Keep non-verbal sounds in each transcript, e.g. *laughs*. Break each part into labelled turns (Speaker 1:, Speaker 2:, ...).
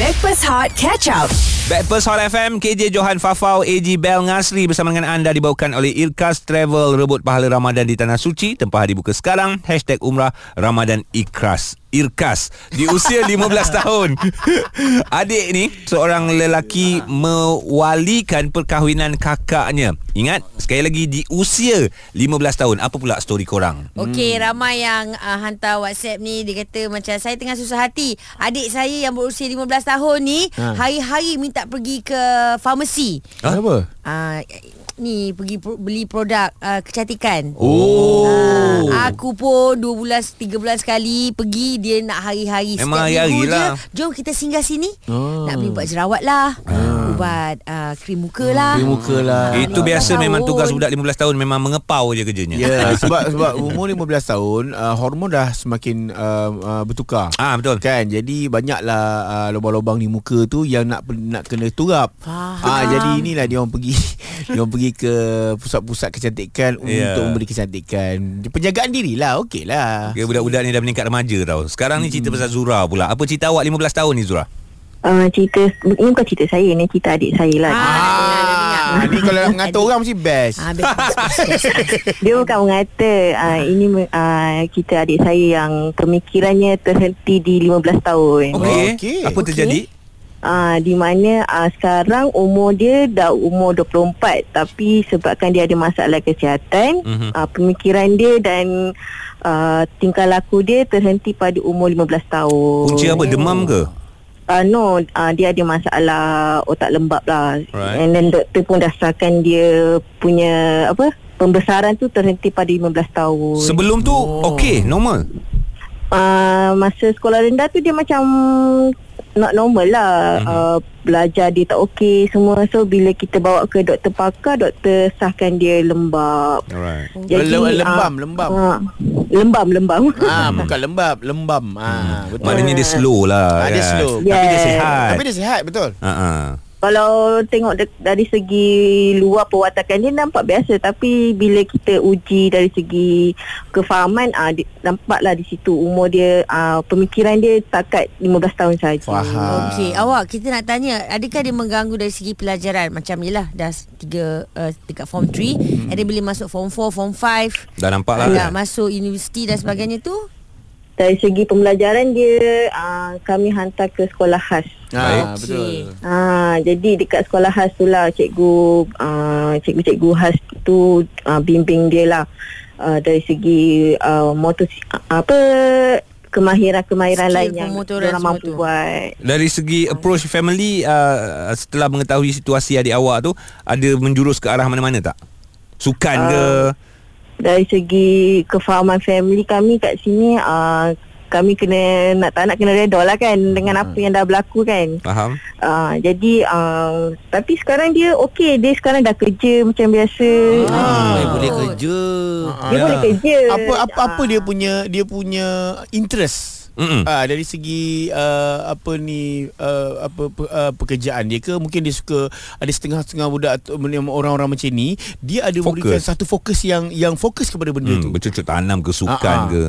Speaker 1: Backpass Hot Catch Up.
Speaker 2: Backpers Hot FM KJ Johan Fafau AG Bel Ngasri Bersama dengan anda Dibawakan oleh Irkas Travel Rebut pahala Ramadan di Tanah Suci Tempah dibuka sekarang Hashtag Umrah Ramadan Ikras Irkas Di usia 15 tahun *laughs* Adik ni Seorang lelaki Mewalikan perkahwinan kakaknya Ingat Sekali lagi Di usia 15 tahun Apa pula story korang?
Speaker 3: Okey, hmm. ramai yang uh, hantar WhatsApp ni dia kata macam saya tengah susah hati. Adik saya yang berusia 15 tahun ni ha. hari-hari minta pergi ke farmasi.
Speaker 4: Ha? Kenapa?
Speaker 3: Uh, ni pergi pro- beli produk uh, kecantikan.
Speaker 2: Oh.
Speaker 3: Ah, aku pun 2 bulan 3 bulan sekali pergi dia nak hari-hari Setiap
Speaker 2: Memang hari-hari
Speaker 3: minggu
Speaker 2: lah. Oh.
Speaker 3: je, Jom kita singgah sini.
Speaker 4: Ah.
Speaker 3: Nak beli ubat jerawat lah.
Speaker 2: Ah.
Speaker 3: Ubat uh, krim muka lah.
Speaker 4: Dia muka lah
Speaker 3: Ah,
Speaker 2: Itu biasa
Speaker 3: tahun.
Speaker 2: memang tugas budak 15 tahun Memang mengepau je kerjanya
Speaker 4: Ya yeah, sebab sebab umur 15 tahun uh, hormon dah semakin uh, uh, bertukar.
Speaker 2: Ah betul
Speaker 4: Kan jadi banyaklah uh, lubang-lubang di muka tu yang nak nak kena turap.
Speaker 3: Faham.
Speaker 4: Ah jadi inilah dia orang pergi dia orang pergi ke pusat-pusat kecantikan
Speaker 2: Ya.
Speaker 4: yeah. untuk memberi kecantikan. Penjagaan dirilah lah. okeylah.
Speaker 2: Okay, budak-budak ni dah meningkat remaja tau. Sekarang ni cerita pasal Zura pula. Apa cerita awak 15 tahun ni Zura?
Speaker 5: Uh, cerita ini bukan cerita saya ni cerita adik saya lah.
Speaker 3: Ah.
Speaker 4: Ah, ni kalau nak mengata orang mesti best.
Speaker 3: Ah,
Speaker 2: *laughs*
Speaker 3: habis-
Speaker 5: Dia bukan mengata uh, ini uh, cerita adik saya yang pemikirannya terhenti di 15 tahun.
Speaker 4: Oh.
Speaker 2: Okey.
Speaker 4: Okey.
Speaker 2: Apa
Speaker 3: Okey.
Speaker 2: terjadi?
Speaker 5: Uh, di mana uh, sekarang umur dia dah umur 24 tapi sebabkan dia ada masalah kesihatan,
Speaker 2: Mhm.
Speaker 5: mm-hmm. uh, pemikiran dia dan uh, tingkah laku dia terhenti pada umur 15 tahun.
Speaker 2: Punca apa? Demam ke?
Speaker 5: Uh, no, uh, dia ada masalah otak lembab lah.
Speaker 2: Right.
Speaker 5: And then doktor pun dah sahkan dia punya apa pembesaran tu terhenti pada 15 tahun.
Speaker 2: Sebelum tu okey, normal.
Speaker 5: uh, masa sekolah rendah tu dia macam not normal lah.
Speaker 4: Mhm.
Speaker 5: Mm-hmm. Uh, belajar dia tak okey semua. So bila kita bawa ke doktor pakar, doktor sahkan dia lembab.
Speaker 2: Alright.
Speaker 4: Lem-
Speaker 5: ah,
Speaker 4: lembam, lembam.
Speaker 5: ah, lembam, lembam.
Speaker 4: Ah bukan lembab, lembam. Ah betul.
Speaker 2: Hmm. Maknanya dia slow lah.
Speaker 4: Ah, dia
Speaker 2: kan?
Speaker 4: slow.
Speaker 2: Tapi dia
Speaker 5: Yes.
Speaker 2: sihat.
Speaker 4: Tapi dia sihat betul.
Speaker 2: Uh-huh.
Speaker 5: Kalau tengok de- dari segi luar perwatakan dia nampak biasa tapi bila kita uji dari segi kefahaman ah di, nampaklah di situ umur dia ah, pemikiran dia takat 15 tahun saja.
Speaker 4: Faham.
Speaker 3: Okey,
Speaker 2: Ah.
Speaker 3: awak kita nak tanya, adakah dia mengganggu dari segi pelajaran? Macam yelah, dah tiga uh, dekat form 3, hmm. and then bila masuk form 4, form 5,
Speaker 2: Dah nampak lah.
Speaker 3: nak masuk universiti dan sebagainya tu?
Speaker 5: Dari segi pembelajaran dia ah, kami hantar ke sekolah khas.
Speaker 2: Baik.
Speaker 4: Ah betul.
Speaker 5: Ah jadi dekat sekolah khas tu lah cikgu ah, cikgu-cikgu khas tu ah, bimbing dia lah ah, dari segi ah, motor apa kemahiran-kemahiran
Speaker 3: Skill
Speaker 5: lain yang
Speaker 3: pemotoran
Speaker 5: orang
Speaker 3: semua
Speaker 5: mampu
Speaker 3: tu.
Speaker 5: buat.
Speaker 2: Dari segi approach family uh, setelah mengetahui situasi adik awak tu ada menjurus ke arah mana-mana tak? Sukan ke?
Speaker 4: Ah.
Speaker 5: dari segi kefahaman family kami kat sini uh, kami kena nak tak nak kena redha lah kan dengan apa yang dah berlaku kan.
Speaker 2: Faham?
Speaker 5: Uh, jadi uh, tapi sekarang dia okey dia sekarang dah kerja macam biasa.
Speaker 4: Ah.
Speaker 6: Eh, boleh kerja.
Speaker 5: Dia boleh kerja.
Speaker 4: apa apa apa
Speaker 5: Ah.
Speaker 4: dia punya dia punya interest
Speaker 2: Mm-mm.
Speaker 4: Ah dari segi uh, apa ni uh, apa pe, uh, pekerjaan dia ke mungkin dia suka ada setengah-setengah budak atau men- orang-orang macam ni dia ada
Speaker 2: Fokus.
Speaker 4: fokus. memberikan satu fokus yang yang fokus kepada benda
Speaker 2: Hmm,
Speaker 4: tu.
Speaker 2: bercucuk tanam ke sukan
Speaker 4: Ah, ah.
Speaker 2: ke?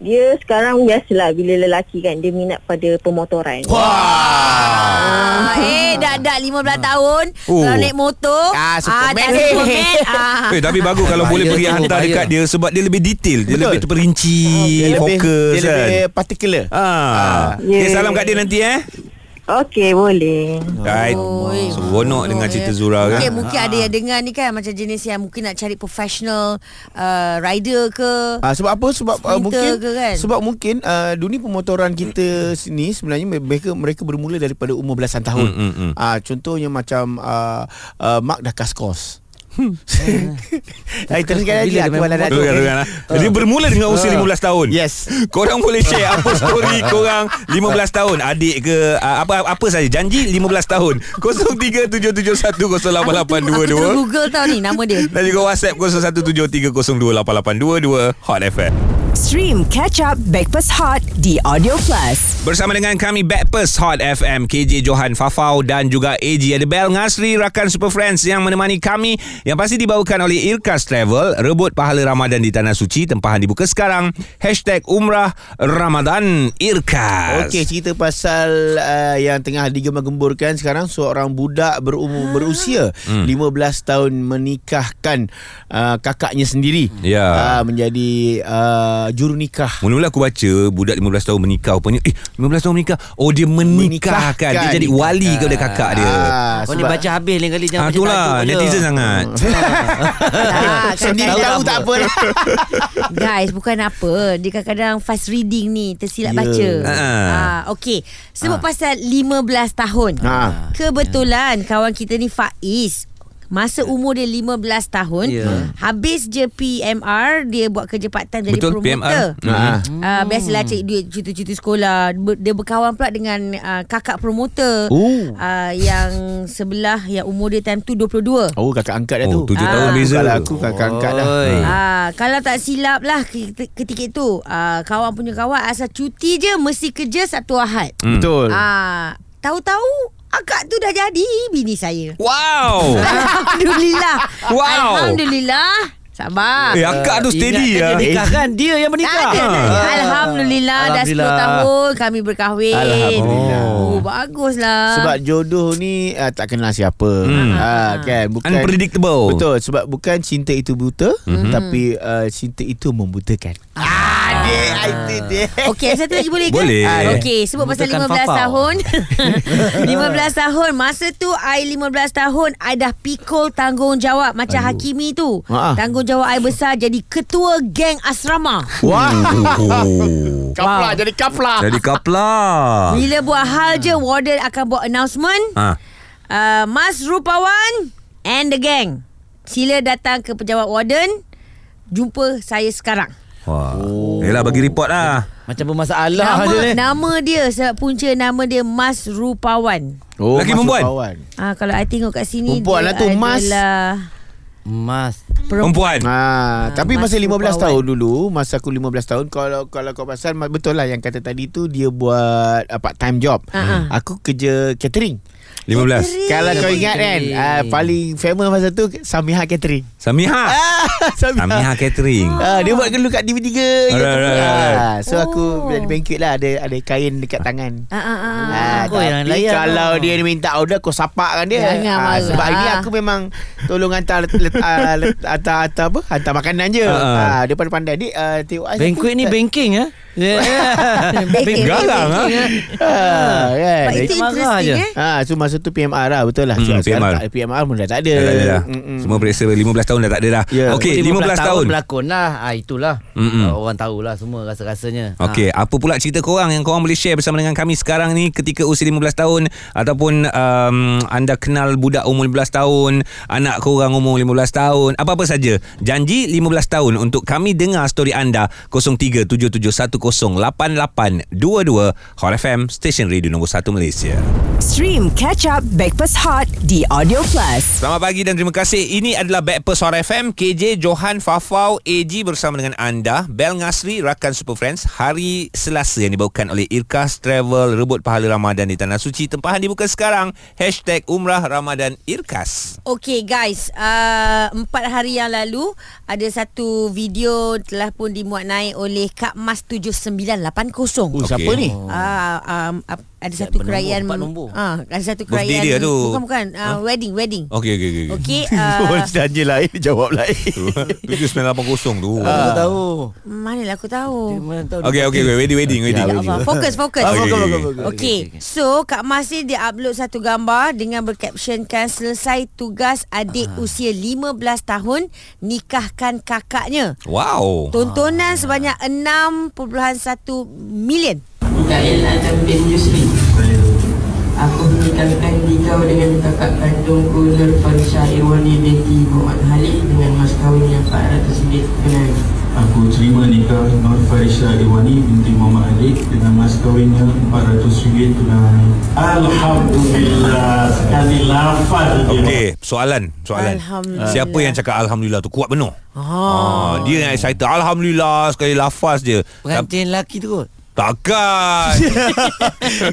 Speaker 5: Dia sekarang biasalah bila lelaki kan dia minat pada pemotoran.
Speaker 4: Wah.
Speaker 3: Ah, eh, dah dah 15 tahun,
Speaker 2: Oh.
Speaker 3: kalau naik motor, ah, dah
Speaker 4: Ah, Superman.
Speaker 2: *laughs*
Speaker 3: Superman. ah.
Speaker 2: Eh tapi bagus kalau
Speaker 6: Bahaya
Speaker 2: boleh pergi
Speaker 6: tu,
Speaker 2: hantar
Speaker 6: bahaya.
Speaker 2: dekat dia sebab dia lebih detail, dia
Speaker 4: Betul.
Speaker 2: lebih terperinci,
Speaker 4: Dia lebih
Speaker 2: fokus
Speaker 4: dia
Speaker 2: kan.
Speaker 4: lebih particular.
Speaker 2: Ah.
Speaker 5: Yeah.
Speaker 2: Okay, salam kat dia nanti eh.
Speaker 5: Okey boleh.
Speaker 2: Right.
Speaker 3: Oi,
Speaker 2: Seronok dengar
Speaker 3: ya.
Speaker 2: cerita Zura
Speaker 3: Mungkin,
Speaker 2: kan.
Speaker 3: mungkin ada yang dengar ni kan Macam jenis yang mungkin nak cari professional uh, Rider ke
Speaker 4: Ah sebab apa sebab
Speaker 3: Sprinter
Speaker 4: uh, mungkin
Speaker 3: ke kan?
Speaker 4: sebab mungkin uh, dunia pemotoran kita sini sebenarnya mereka mereka bermula daripada umur belasan tahun.
Speaker 2: Mm, mm, mm.
Speaker 4: Ah contohnya macam uh, uh, Mark dah kaskos. *laughs* Hai teruskan lagi
Speaker 6: Bila dia
Speaker 4: aku
Speaker 6: main
Speaker 4: wala nak
Speaker 2: Tu kan, tu kan, ah. Dia bermula dengan usia 15 tahun.
Speaker 4: Yes.
Speaker 2: Korang boleh share apa story korang 15 tahun adik ke ah, apa apa saja janji 15 tahun
Speaker 3: Aku terus
Speaker 2: 0377108822 *laughs*
Speaker 3: Google tau ni nama dia
Speaker 2: dan juga WhatsApp 0173028822 Hot FM.
Speaker 1: Stream Catch Up Backpass Hot di Audio Plus.
Speaker 2: Bersama dengan kami Backpers Hot FM KJ Johan Fafau dan juga AG Ada Bel Ngasri Rakan Super Friends Yang menemani kami Yang pasti dibawakan oleh Irkas Travel Rebut pahala Ramadan di Tanah Suci Tempahan dibuka sekarang Hashtag Umrah Ramadan Irkas
Speaker 4: Okey, cerita pasal uh, yang tengah digemar-gemburkan sekarang seorang budak berumur berusia
Speaker 2: Hmm.
Speaker 4: 15 tahun menikahkan uh, kakaknya sendiri.
Speaker 2: Ya.
Speaker 4: Uh, menjadi uh, juru nikah.
Speaker 2: Mula-mula aku baca budak 15 tahun menikah rupanya eh 15 tahun menikah oh dia menikahkan, menikahkan. dia jadi wali kepada kakak dia
Speaker 4: Ah,
Speaker 1: Oh,
Speaker 6: Kau ni baca habis lain kali
Speaker 2: ah,
Speaker 6: jangan baca
Speaker 2: itulah
Speaker 6: tajuk je.
Speaker 2: netizen sangat
Speaker 3: Tak,
Speaker 4: *laughs* Sendiri
Speaker 6: Tahu
Speaker 4: tahu,
Speaker 6: tak
Speaker 4: tak Ah, apa. *laughs*
Speaker 3: Guys bukan apa Dia kadang-kadang fast reading ni Tersilap
Speaker 4: Ya.
Speaker 3: yeah. baca
Speaker 2: Ah.
Speaker 3: ah, Okay Sebut pasal 15 tahun
Speaker 4: Ah.
Speaker 3: Kebetulan kawan kita ni Faiz Masa umur dia 15 tahun
Speaker 6: Ya.
Speaker 3: Habis je PMR Dia buat kerja part time Jadi
Speaker 2: Betul,
Speaker 3: promoter
Speaker 2: PMR.
Speaker 4: Ah.
Speaker 3: Uh, biasalah cari duit cuti-cuti sekolah Ber, Dia berkawan pula dengan uh, kakak promoter
Speaker 4: Oh.
Speaker 3: uh, Yang sebelah Yang umur dia time tu 22
Speaker 4: Oh, kakak angkat dah
Speaker 2: oh
Speaker 4: tu.
Speaker 2: 7 tahun
Speaker 3: Ah.
Speaker 2: beza Hmm.
Speaker 4: Kalau aku kakak angkat dah.
Speaker 6: Oi.
Speaker 3: Ah, kalau tak silap lah keti- ketika itu ah, kawan punya kawan asal cuti je mesti kerja Sabtu Ahad.
Speaker 2: Hmm.
Speaker 4: *laughs* Betul.
Speaker 3: Ah, tahu-tahu akak tu dah jadi bini
Speaker 2: *laughs*
Speaker 3: saya.
Speaker 6: *laughs*
Speaker 2: wow
Speaker 3: Alhamdulillah.
Speaker 2: Wow.
Speaker 3: Alhamdulillah. Sabar.
Speaker 2: eh akak tu steady ya
Speaker 6: Ingatkan dia nikah kan Dia yang
Speaker 3: Tak ada,
Speaker 6: menikah
Speaker 3: tak ada.
Speaker 6: Ah.
Speaker 3: Alhamdulillah,
Speaker 6: Alhamdulillah.
Speaker 3: Dah 10 tahun Kami berkahwin
Speaker 4: Alhamdulillah.
Speaker 3: oh, Baguslah
Speaker 4: Sebab jodoh ni uh, tak kenal siapa.
Speaker 2: Hmm.
Speaker 4: Ah, kan bukan
Speaker 2: unpredictable Mhm.
Speaker 4: Betul sebab bukan cinta itu buta mm-hmm. tapi uh, cinta itu membutakan. Ah, dia itu dia.
Speaker 3: *laughs* Okey, satu lagi boleh ke? Ah,
Speaker 2: Boleh.
Speaker 3: Okey, sebut pasal
Speaker 6: Memutakan
Speaker 3: 15
Speaker 6: Fafau.
Speaker 3: tahun. 15 tahun. Masa tu I 15 tahun, I dah pikul tanggungjawab macam Aduh. Hakimi tu.
Speaker 4: Ah.
Speaker 3: Tanggungjawab I besar jadi ketua geng asrama.
Speaker 4: Wah.
Speaker 2: Oh.
Speaker 4: *laughs* Kapla jadi kapla.
Speaker 2: Jadi
Speaker 4: *laughs*
Speaker 2: kapla
Speaker 3: Bila buat hal je, warden akan buat announcement.
Speaker 2: Ah.
Speaker 3: Uh, Mas Rupawan and the gang. Sila datang ke pejabat warden. Jumpa saya sekarang.
Speaker 2: Wah. Oh. Yelah bagi report lah
Speaker 6: Macam
Speaker 4: Oh,
Speaker 6: bermasalah
Speaker 3: Nama,
Speaker 4: Lah,
Speaker 6: je ni
Speaker 3: nama dia sebab punca nama dia Mas Rupawan.
Speaker 4: Oh,
Speaker 2: Laki
Speaker 4: masuk
Speaker 2: perempuan?
Speaker 4: kawan.
Speaker 3: Ah kalau I tengok kat sini
Speaker 4: Perempuan
Speaker 3: dia
Speaker 4: lah tu, Mas.
Speaker 3: adalah
Speaker 6: Mas
Speaker 2: Perempuan
Speaker 4: Ah, tapi
Speaker 3: Mas
Speaker 4: masa 15
Speaker 3: Rupawan.
Speaker 4: tahun dulu, masa aku 15 tahun kalau kalau kau pasal ma- betul lah yang kata tadi tu dia buat uh, part time job.
Speaker 3: Ah, ah.
Speaker 4: Aku kerja catering.
Speaker 2: 15
Speaker 4: Kalau kau ingat kan,
Speaker 6: Catering.
Speaker 4: uh, paling famous masa tu Samiha Catering.
Speaker 2: Samiha
Speaker 4: *laughs*
Speaker 2: Samiha Catering
Speaker 4: Ah, dia buat dulu kat TV3 je.
Speaker 2: Alright, alright,
Speaker 4: Ah,
Speaker 2: alright.
Speaker 4: so aku
Speaker 3: Oh.
Speaker 4: bila di banquet lah ada ada kain dekat tangan.
Speaker 3: Ah, ah, ah.
Speaker 4: Ah,
Speaker 6: Oh, yang
Speaker 4: tapi
Speaker 6: layan
Speaker 4: kalau
Speaker 6: tu.
Speaker 4: dia minta order Aku sapakkan dia
Speaker 3: Jangan
Speaker 4: Ah,
Speaker 3: marah.
Speaker 4: Sebab ini aku memang Tolong hantar let, let, ah, let, hantar, hantar apa Hantar makanan je
Speaker 2: Ah, ah.
Speaker 4: uh, Dia pandai-pandai Dia uh, tengok ah,
Speaker 6: Banquet
Speaker 4: satu,
Speaker 6: ni
Speaker 4: tak-
Speaker 6: banking *laughs* eh
Speaker 3: Banking.
Speaker 2: Garang ah.
Speaker 4: ah, kan?
Speaker 3: But itu
Speaker 6: Dia marah
Speaker 3: interesting
Speaker 6: je.
Speaker 3: eh.
Speaker 4: Ah, so masa tu PMR lah Betul lah
Speaker 2: Hmm,
Speaker 4: Sebab
Speaker 2: PMR.
Speaker 4: sekarang tak- PMR pun dah tak ada
Speaker 2: Dah tak ada dah.
Speaker 4: Mm-mm.
Speaker 2: Semua periksa 15 tahun dah tak ada dah.
Speaker 4: Ya.
Speaker 2: Okey, 15, tahun.
Speaker 6: Berlakon lah ah, Itulah
Speaker 2: Mm-mm.
Speaker 6: Ah, Orang tahulah semua rasa-rasanya Ah.
Speaker 2: Okey, apa pula cerita korang yang korang boleh share bersama dengan kami sekarang ni ketika usia 15 tahun ataupun um, anda kenal budak umur 15 tahun, anak korang umur 15 tahun, apa-apa saja. Janji 15 tahun untuk kami dengar story anda 0377108822 Hot FM Station Radio nombor 1 Malaysia.
Speaker 1: Stream Catch Up Backpass Hot di Audio Plus.
Speaker 2: Selamat pagi dan terima kasih. Ini adalah Backpast Suara FM. KJ, Johan, Fafau, AG bersama dengan anda. Bel Ngasri, Rakan Super Friends. Hari Selasa yang dibawakan oleh Irkas Travel. Rebut pahala Ramadan di Tanah Suci. Tempahan dibuka sekarang. Hashtag Umrah Ramadan Irkas.
Speaker 3: Okay guys, uh, empat hari yang lalu ada satu video telah pun dimuat naik oleh Kak Mas 7980.
Speaker 4: Oh, siapa
Speaker 2: Okey.
Speaker 4: ni?
Speaker 3: Ah, um, ap- ada
Speaker 6: Siap,
Speaker 3: satu
Speaker 6: bernombor,
Speaker 3: kerajaan
Speaker 6: empat nombor.
Speaker 3: ah, ada satu
Speaker 2: Birthday
Speaker 3: kerajaan
Speaker 2: dia tu. Oh.
Speaker 3: bukan bukan uh, wedding wedding
Speaker 2: Okey, okey, okey. Okay.
Speaker 3: okey
Speaker 4: *laughs* Oh,
Speaker 3: uh,
Speaker 4: saja lain dia Jawab lain
Speaker 2: 7980 tu.
Speaker 6: Aku
Speaker 3: Ah.
Speaker 6: tak tahu
Speaker 3: manalah lah aku
Speaker 6: Dia
Speaker 3: tahu
Speaker 6: mana tahu
Speaker 2: Okey,
Speaker 6: dia
Speaker 2: okey, okey. Wedding, wedding, wedding.
Speaker 3: Ya Allah, fokus fokus
Speaker 2: Okey, okey, okey.
Speaker 3: Okey, okay, okay. so Kak Mas ni dia upload satu gambar dengan bercaptionkan selesai tugas adik uh-huh. usia 15 tahun nikahkan kakaknya.
Speaker 2: Wow.
Speaker 3: Tontonan sebanyak 6.1 million.
Speaker 7: Mikael Adam bin Yusri Aku menikahkan kau dengan kakak kandungku Nur Farisha Irwani binti Muhammad Khalid Dengan mas kahwin yang 400 bit kenali
Speaker 8: Aku terima nikah Nur Farisha Iwani binti Muhammad Ali dengan mas kahwinnya RM400 per hari. Alhamdulillah sekali lafaz dia.
Speaker 2: Okey, soalan, soalan.
Speaker 3: Alhamdulillah.
Speaker 2: Siapa yang cakap alhamdulillah tu kuat benar?
Speaker 3: Ah.
Speaker 2: Ah, dia yang excited alhamdulillah sekali lafaz dia. Tak,
Speaker 6: Pengantin lelaki
Speaker 2: *laughs*
Speaker 6: tu kot
Speaker 2: takkan.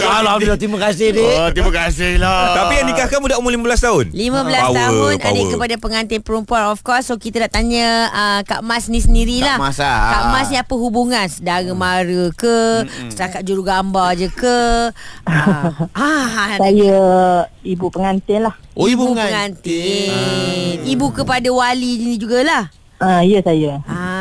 Speaker 6: Alhamdulillah terima kasih dek
Speaker 4: Oh, terima kasih lah.
Speaker 2: Tapi yang nikahkan budak umur 15 tahun.
Speaker 3: 15
Speaker 2: Power,
Speaker 3: tahun
Speaker 2: power.
Speaker 3: adik kepada pengantin perempuan of course so kita nak tanya uh, Kak Mas ni sendirilah.
Speaker 4: Kak Mas lah.
Speaker 3: Kak Mas ni apa hubungan saudara mara ke setakat jurugambar je ke? Ah, ah
Speaker 5: Saya ibu pengantin lah.
Speaker 4: Oh, ibu Ah.
Speaker 3: pengantin. Ah. Ibu kepada wali ni jugalah.
Speaker 5: Ah, ya saya.
Speaker 3: Ah.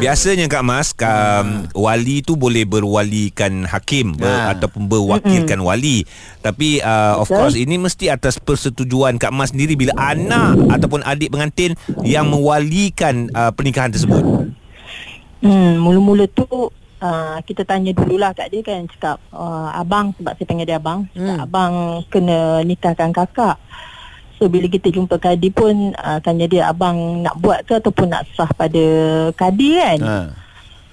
Speaker 2: Biasanya Kak Mas um, Wali tu boleh berwalikan hakim ber,
Speaker 4: Ha.
Speaker 2: Ataupun berwakilkan Mm-mm. wali Tapi uh, of course ini mesti atas persetujuan Kak Mas sendiri Bila anak ataupun adik pengantin Yang mewalikan uh, pernikahan tersebut
Speaker 5: Hmm, mula-mula tu uh, kita tanya dululah kat dia kan cakap uh, abang sebab saya panggil dia abang. Cakap
Speaker 3: Hmm.
Speaker 5: abang kena nikahkan kakak. So bila kita jumpa Kadi pun uh, tanya dia abang nak buat ke ataupun nak sah pada Kadi kan.
Speaker 4: Ha.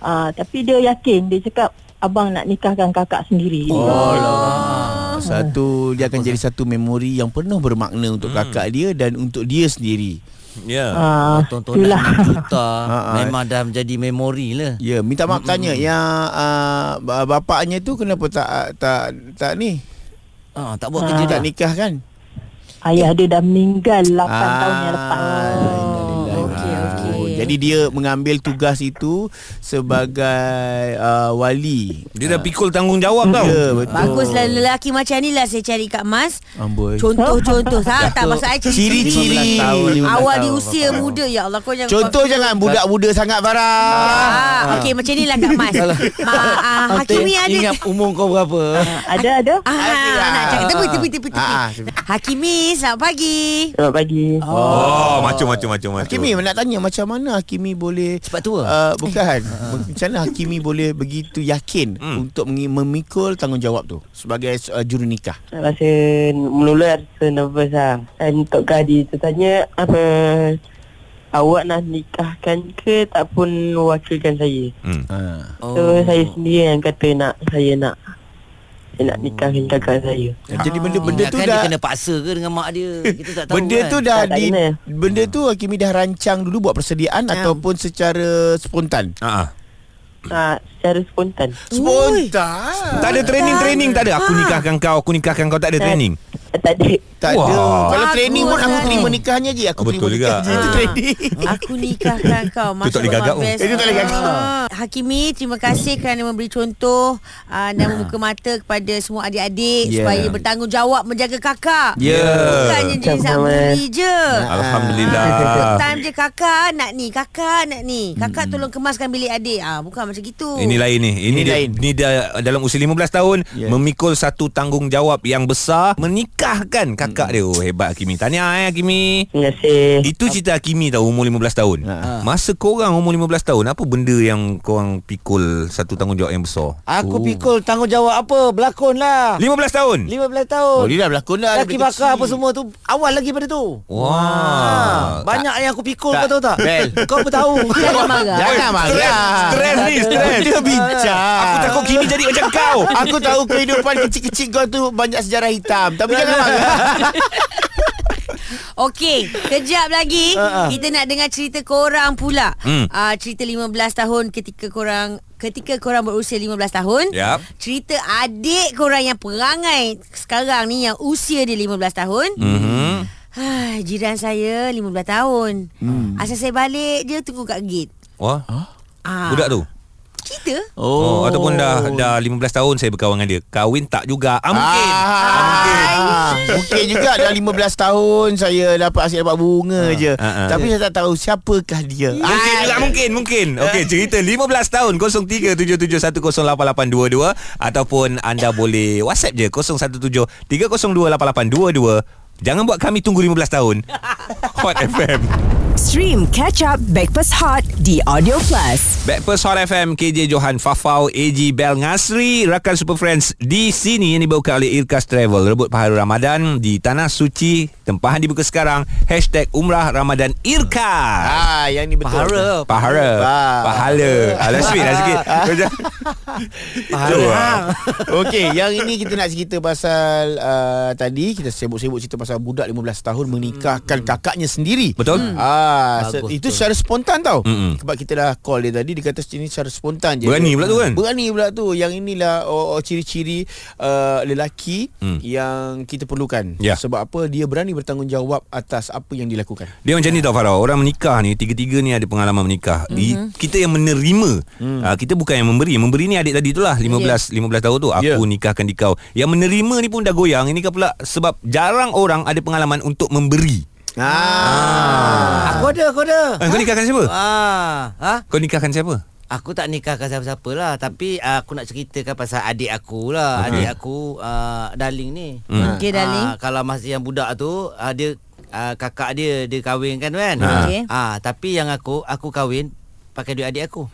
Speaker 5: Uh, tapi dia yakin dia cakap abang nak nikahkan kakak sendiri.
Speaker 4: Oh lah. Satu dia akan jadi satu memori yang penuh bermakna untuk kakak dia dan untuk dia sendiri.
Speaker 2: Ya yeah.
Speaker 5: Uh,
Speaker 6: Tontonan 6 *laughs* juta
Speaker 4: Ha, ha.
Speaker 6: Memang dah menjadi memori lah
Speaker 4: Ya, minta maaf tanya yang uh, ba- bapaknya tu kenapa tak tak tak ni?
Speaker 6: ah, Tak buat
Speaker 4: Dia
Speaker 6: kerja
Speaker 4: tak
Speaker 6: dah
Speaker 4: nikah kan?
Speaker 5: ayah dia dah meninggal 8
Speaker 4: Ah,
Speaker 5: tahun yang lepas.
Speaker 4: innalillahi wa
Speaker 3: okey, okey.
Speaker 4: inna ilaihi raji'un. Jadi dia mengambil tugas itu sebagai uh, wali.
Speaker 2: Dia dah pikul tanggungjawab tau
Speaker 4: Ya, betul.
Speaker 3: Baguslah lelaki macam ni lah saya cari Kak Mas.
Speaker 4: Amboi.
Speaker 3: Contoh-contoh tak, tak maksud saya
Speaker 4: Ciri-ciri.
Speaker 3: Awal di usia muda Ya Allah kau *laughs* jangan
Speaker 4: Contoh jangan budak muda sangat Farah.
Speaker 3: Ah, okey macam ni lah Kak Mas. Ma, ah, Hakimi
Speaker 6: Tengok
Speaker 3: ada.
Speaker 6: Ingat umur kau berapa
Speaker 5: Ada ada.
Speaker 3: Ah, nak cakap tepi tepi tepi tepi.
Speaker 4: Ah, ah.
Speaker 3: Hakimi, selamat pagi.
Speaker 5: Selamat pagi.
Speaker 2: Oh macam-macam macam
Speaker 4: Hakimi nak tanya macam mana Hakimi boleh
Speaker 6: Cepat tua?
Speaker 4: Uh, bukan. macam mana Hakimi boleh begitu yakin
Speaker 2: Eh. Hmm.
Speaker 4: untuk mengi- memikul tanggungjawab tu sebagai uh, juru nikah.
Speaker 5: Saya rasa mula-mula rasa nervous lah Dan Tok Kadi tu tanya Apa Awak nak nikahkan ke Tak pun wakilkan saya
Speaker 2: hmm.
Speaker 4: Ha.
Speaker 3: Ah,
Speaker 6: oh.
Speaker 5: So saya sendiri yang kata nak Saya nak Saya nak nikahkan kakak saya
Speaker 2: Ya.
Speaker 4: Jadi benda-benda
Speaker 2: Hmm.
Speaker 4: tu
Speaker 6: Ingatkan
Speaker 4: dah
Speaker 6: dia kena paksa ke dengan mak dia Kita tak tahu
Speaker 4: Benda
Speaker 6: kan
Speaker 4: tu dah
Speaker 5: Tak, tak
Speaker 4: di
Speaker 5: kena.
Speaker 4: benda tu Hakimi dah rancang dulu buat persediaan ataupun secara spontan.
Speaker 2: Ah, ah.
Speaker 5: ha, Secara spontan
Speaker 4: Spontan.
Speaker 2: Tak ada training-training tak ada Aku nikahkan kau Aku nikahkan kau Ah. tak ada training
Speaker 5: Eh, Tak ada
Speaker 4: Tak
Speaker 2: Wah.
Speaker 4: ada. Kalau
Speaker 3: Bagus
Speaker 4: training pun aku
Speaker 3: lah
Speaker 4: terima
Speaker 3: ni.
Speaker 4: nikahnya je. Aku
Speaker 2: Oh, betul
Speaker 4: terima
Speaker 2: juga.
Speaker 4: nikah je. Itu
Speaker 3: Ah.
Speaker 4: training.
Speaker 3: Aku nikahkan kau
Speaker 2: Tu tak boleh gagak pun.
Speaker 4: Itu Eh, tak boleh gagak.
Speaker 3: Ah. Hakimi terima kasih kerana memberi contoh ah, Dan membuka mata kepada semua adik-adik
Speaker 4: Yeah.
Speaker 3: Supaya bertanggungjawab menjaga kakak
Speaker 2: Ya.
Speaker 3: Bukannya jenis
Speaker 5: Sama-sama.
Speaker 3: sendiri je Ah,
Speaker 2: Alhamdulillah
Speaker 3: Time je kakak nak ni Kakak nak ni Kakak tolong kemaskan bilik adik ah, Bukan macam gitu
Speaker 2: Hmm. Ini lain ni. Ini,
Speaker 4: Oh. Ini
Speaker 2: dia,
Speaker 4: lain.
Speaker 2: Ni dia dalam usia 15 tahun yeah.
Speaker 4: Yeah.
Speaker 2: memikul satu tanggungjawab yang besar menikahkan
Speaker 4: Hmm.
Speaker 2: kakak dia. Oh hebat Hakimi. Tahniah eh Hakimi.
Speaker 5: Terima kasih
Speaker 2: Itu cerita Hakimi tau umur 15 tahun.
Speaker 4: Eh, ah. Ha.
Speaker 2: Masa korang umur 15 tahun apa benda yang korang pikul satu tanggungjawab yang besar?
Speaker 6: Aku pikul tanggungjawab apa Berlakon
Speaker 4: Ah.
Speaker 6: lah
Speaker 2: 15 tahun.
Speaker 6: 15 tahun
Speaker 4: Oh, dia
Speaker 2: lah
Speaker 4: dah berlakon dah.
Speaker 6: Laki bakar apa semua tu Awal lagi pada tu
Speaker 2: Wah.
Speaker 6: Ah, Banyak yang aku pikul
Speaker 4: tak.
Speaker 6: kau tahu tak
Speaker 4: Bel.
Speaker 6: *laughs* Kau pun tahu
Speaker 3: Jangan
Speaker 6: *laughs*
Speaker 3: marah
Speaker 4: Jangan marah.
Speaker 2: Stres ni, stres.
Speaker 4: Dia bincang.
Speaker 2: Aku takut Kimi jadi macam
Speaker 4: *laughs*
Speaker 2: kau.
Speaker 4: Aku tahu kehidupan kecil-kecil kau tu banyak sejarah hitam. Tapi jangan marah.
Speaker 3: Okey, kejap lagi uh, uh. kita nak dengar cerita korang pula.
Speaker 2: Hmm.
Speaker 3: Hmm. Uh, cerita 15 tahun ketika korang ketika korang berusia 15 tahun.
Speaker 2: Yap.
Speaker 3: Cerita adik korang yang perangai sekarang ni yang usia dia 15 tahun.
Speaker 2: Mhm.
Speaker 3: Hai, jiran saya 15 tahun. Hmm. Asal saya balik dia tunggu kat gate.
Speaker 2: Wah.
Speaker 3: Ah.
Speaker 2: Budak tu.
Speaker 3: Cerita.
Speaker 2: Oh. oh ataupun dah dah 15 tahun saya berkawan dengan dia. Kahwin tak juga. Ah, mungkin.
Speaker 4: Ah, mungkin. mungkin juga dah 15 tahun saya dapat asyik dapat bunga je.
Speaker 2: ah, ah.
Speaker 4: Tapi saya tak tahu siapakah dia.
Speaker 2: Mungkin juga mungkin Mungkin Okey cerita 15 tahun 0377108822 Ataupun anda boleh Whatsapp je 0173028822 Jangan buat kami tunggu 15 tahun Hot FM
Speaker 1: Stream Catch Up Backpass Hot di Audio Plus.
Speaker 2: Backpast Hot FM KJ Johan Fafau AG Bel Ngasri Rakan Super Friends Di sini yang dibawakan oleh Irkas Travel Rebut Pahala Ramadan Di Tanah Suci Tempahan dibuka sekarang Hashtag Umrah Ramadan Irkas
Speaker 4: Ah, yang ni betul.
Speaker 6: Pahara.
Speaker 2: Pahala
Speaker 4: Ah.
Speaker 2: Pahala Alah sikit Alah sikit Pahala
Speaker 4: Okey, yang ini kita nak cerita pasal uh, tadi kita sibuk-sibuk cerita pasal budak 15 tahun menikahkan kakaknya sendiri.
Speaker 2: Betul?
Speaker 4: Ah, se-
Speaker 6: Hmm. Bagus
Speaker 4: itu
Speaker 6: tu.
Speaker 4: secara spontan tau.
Speaker 2: Mm-mm.
Speaker 4: Sebab kita dah call dia tadi dia kata ini secara spontan je.
Speaker 2: Hmm. Berani pula tu kan?
Speaker 4: Berani pula tu. Yang inilah oh, oh, ciri-ciri uh, lelaki
Speaker 2: Mm.
Speaker 4: yang kita perlukan.
Speaker 2: Ya.
Speaker 4: Sebab apa? Dia berani bertanggungjawab atas apa yang dilakukan.
Speaker 2: Dia macam ni tau Farah Orang menikah ni Tiga-tiga ni ada pengalaman menikah mm-hmm. Kita yang menerima mm. uh, Kita bukan yang memberi Yang memberi ni adik tadi tu lah 15, yeah. 15 tahun tu Aku
Speaker 4: Yeah.
Speaker 2: yeah. nikahkan di kau Yang menerima ni pun dah goyang Ini kan pula Sebab jarang orang ada pengalaman Untuk memberi
Speaker 4: Ah.
Speaker 6: Aku ada, aku ada.
Speaker 2: eh, Kau nikahkan siapa?
Speaker 6: Ah, ha?
Speaker 2: Kau nikahkan siapa?
Speaker 6: Aku tak nikahkan siapa-siapa lah Tapi uh, aku nak ceritakan pasal adik aku
Speaker 2: Okey.
Speaker 6: lah okay. Adik aku uh, Darling ni
Speaker 2: Hmm.
Speaker 3: Okey, darling.
Speaker 6: Ah, Kalau masih yang budak tu uh, Dia uh, kakak dia Dia kahwin kan kan
Speaker 2: Ah.
Speaker 3: Okey.
Speaker 6: Ah, Tapi yang aku Aku kahwin Pakai duit adik aku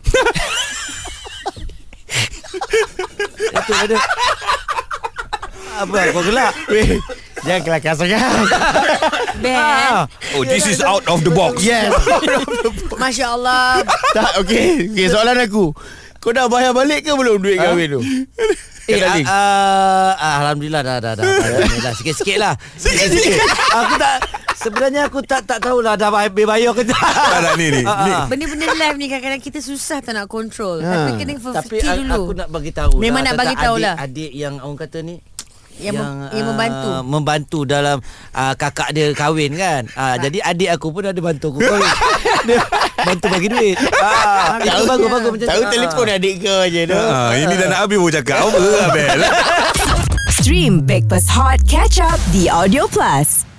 Speaker 6: Itu ada Apa aku gelak
Speaker 4: *laughs* Weh, jangan kelakar sangat.
Speaker 2: Ah.
Speaker 3: Ben
Speaker 2: Oh this is out of the box
Speaker 4: *laughs* Yes.
Speaker 3: Masya
Speaker 2: *laughs*
Speaker 3: Allah
Speaker 4: tak, okey. Okey, soalan aku. Kau dah bayar balik ke belum duit kahwin tu?
Speaker 6: Eh,
Speaker 4: Kak Darling.
Speaker 6: ah, ah, ah, Alhamdulillah dah dah dah. Alhamdulillah sikit-sikit lah. Sikit-sikit. aku tak sebenarnya aku tak tak tahulah dah habis bayar ke
Speaker 2: Tak
Speaker 6: tak.
Speaker 2: tak ni ni, ni.
Speaker 6: Ah, ah.
Speaker 3: Benda-benda live ni kadang-kadang kita susah tak nak control
Speaker 4: Ha.
Speaker 2: Ah.
Speaker 3: Tapi kena Oh, fikir
Speaker 6: Tapi
Speaker 3: dulu
Speaker 6: a- aku nak bagi tahu
Speaker 3: Memang nak
Speaker 6: tentang
Speaker 3: bagi tahu
Speaker 6: adik,
Speaker 3: lah.
Speaker 6: Adik yang orang kata ni
Speaker 3: Yang mem- yang
Speaker 6: ah,
Speaker 3: membantu.
Speaker 6: Membantu dalam uh, kakak dia kahwin kan uh, Jadi adik aku pun ada bantu aku
Speaker 3: *laughs*
Speaker 6: kahwin Dia bantu bagi duit ah, Itu bagus-bagus macam
Speaker 4: Tahu
Speaker 6: Ah.
Speaker 4: telefon adik kau je tu.
Speaker 2: Ah, ini dah nak habis pun cakap Apa lah Bel
Speaker 1: Stream Backpass Hot Catch Up di Audio Plus.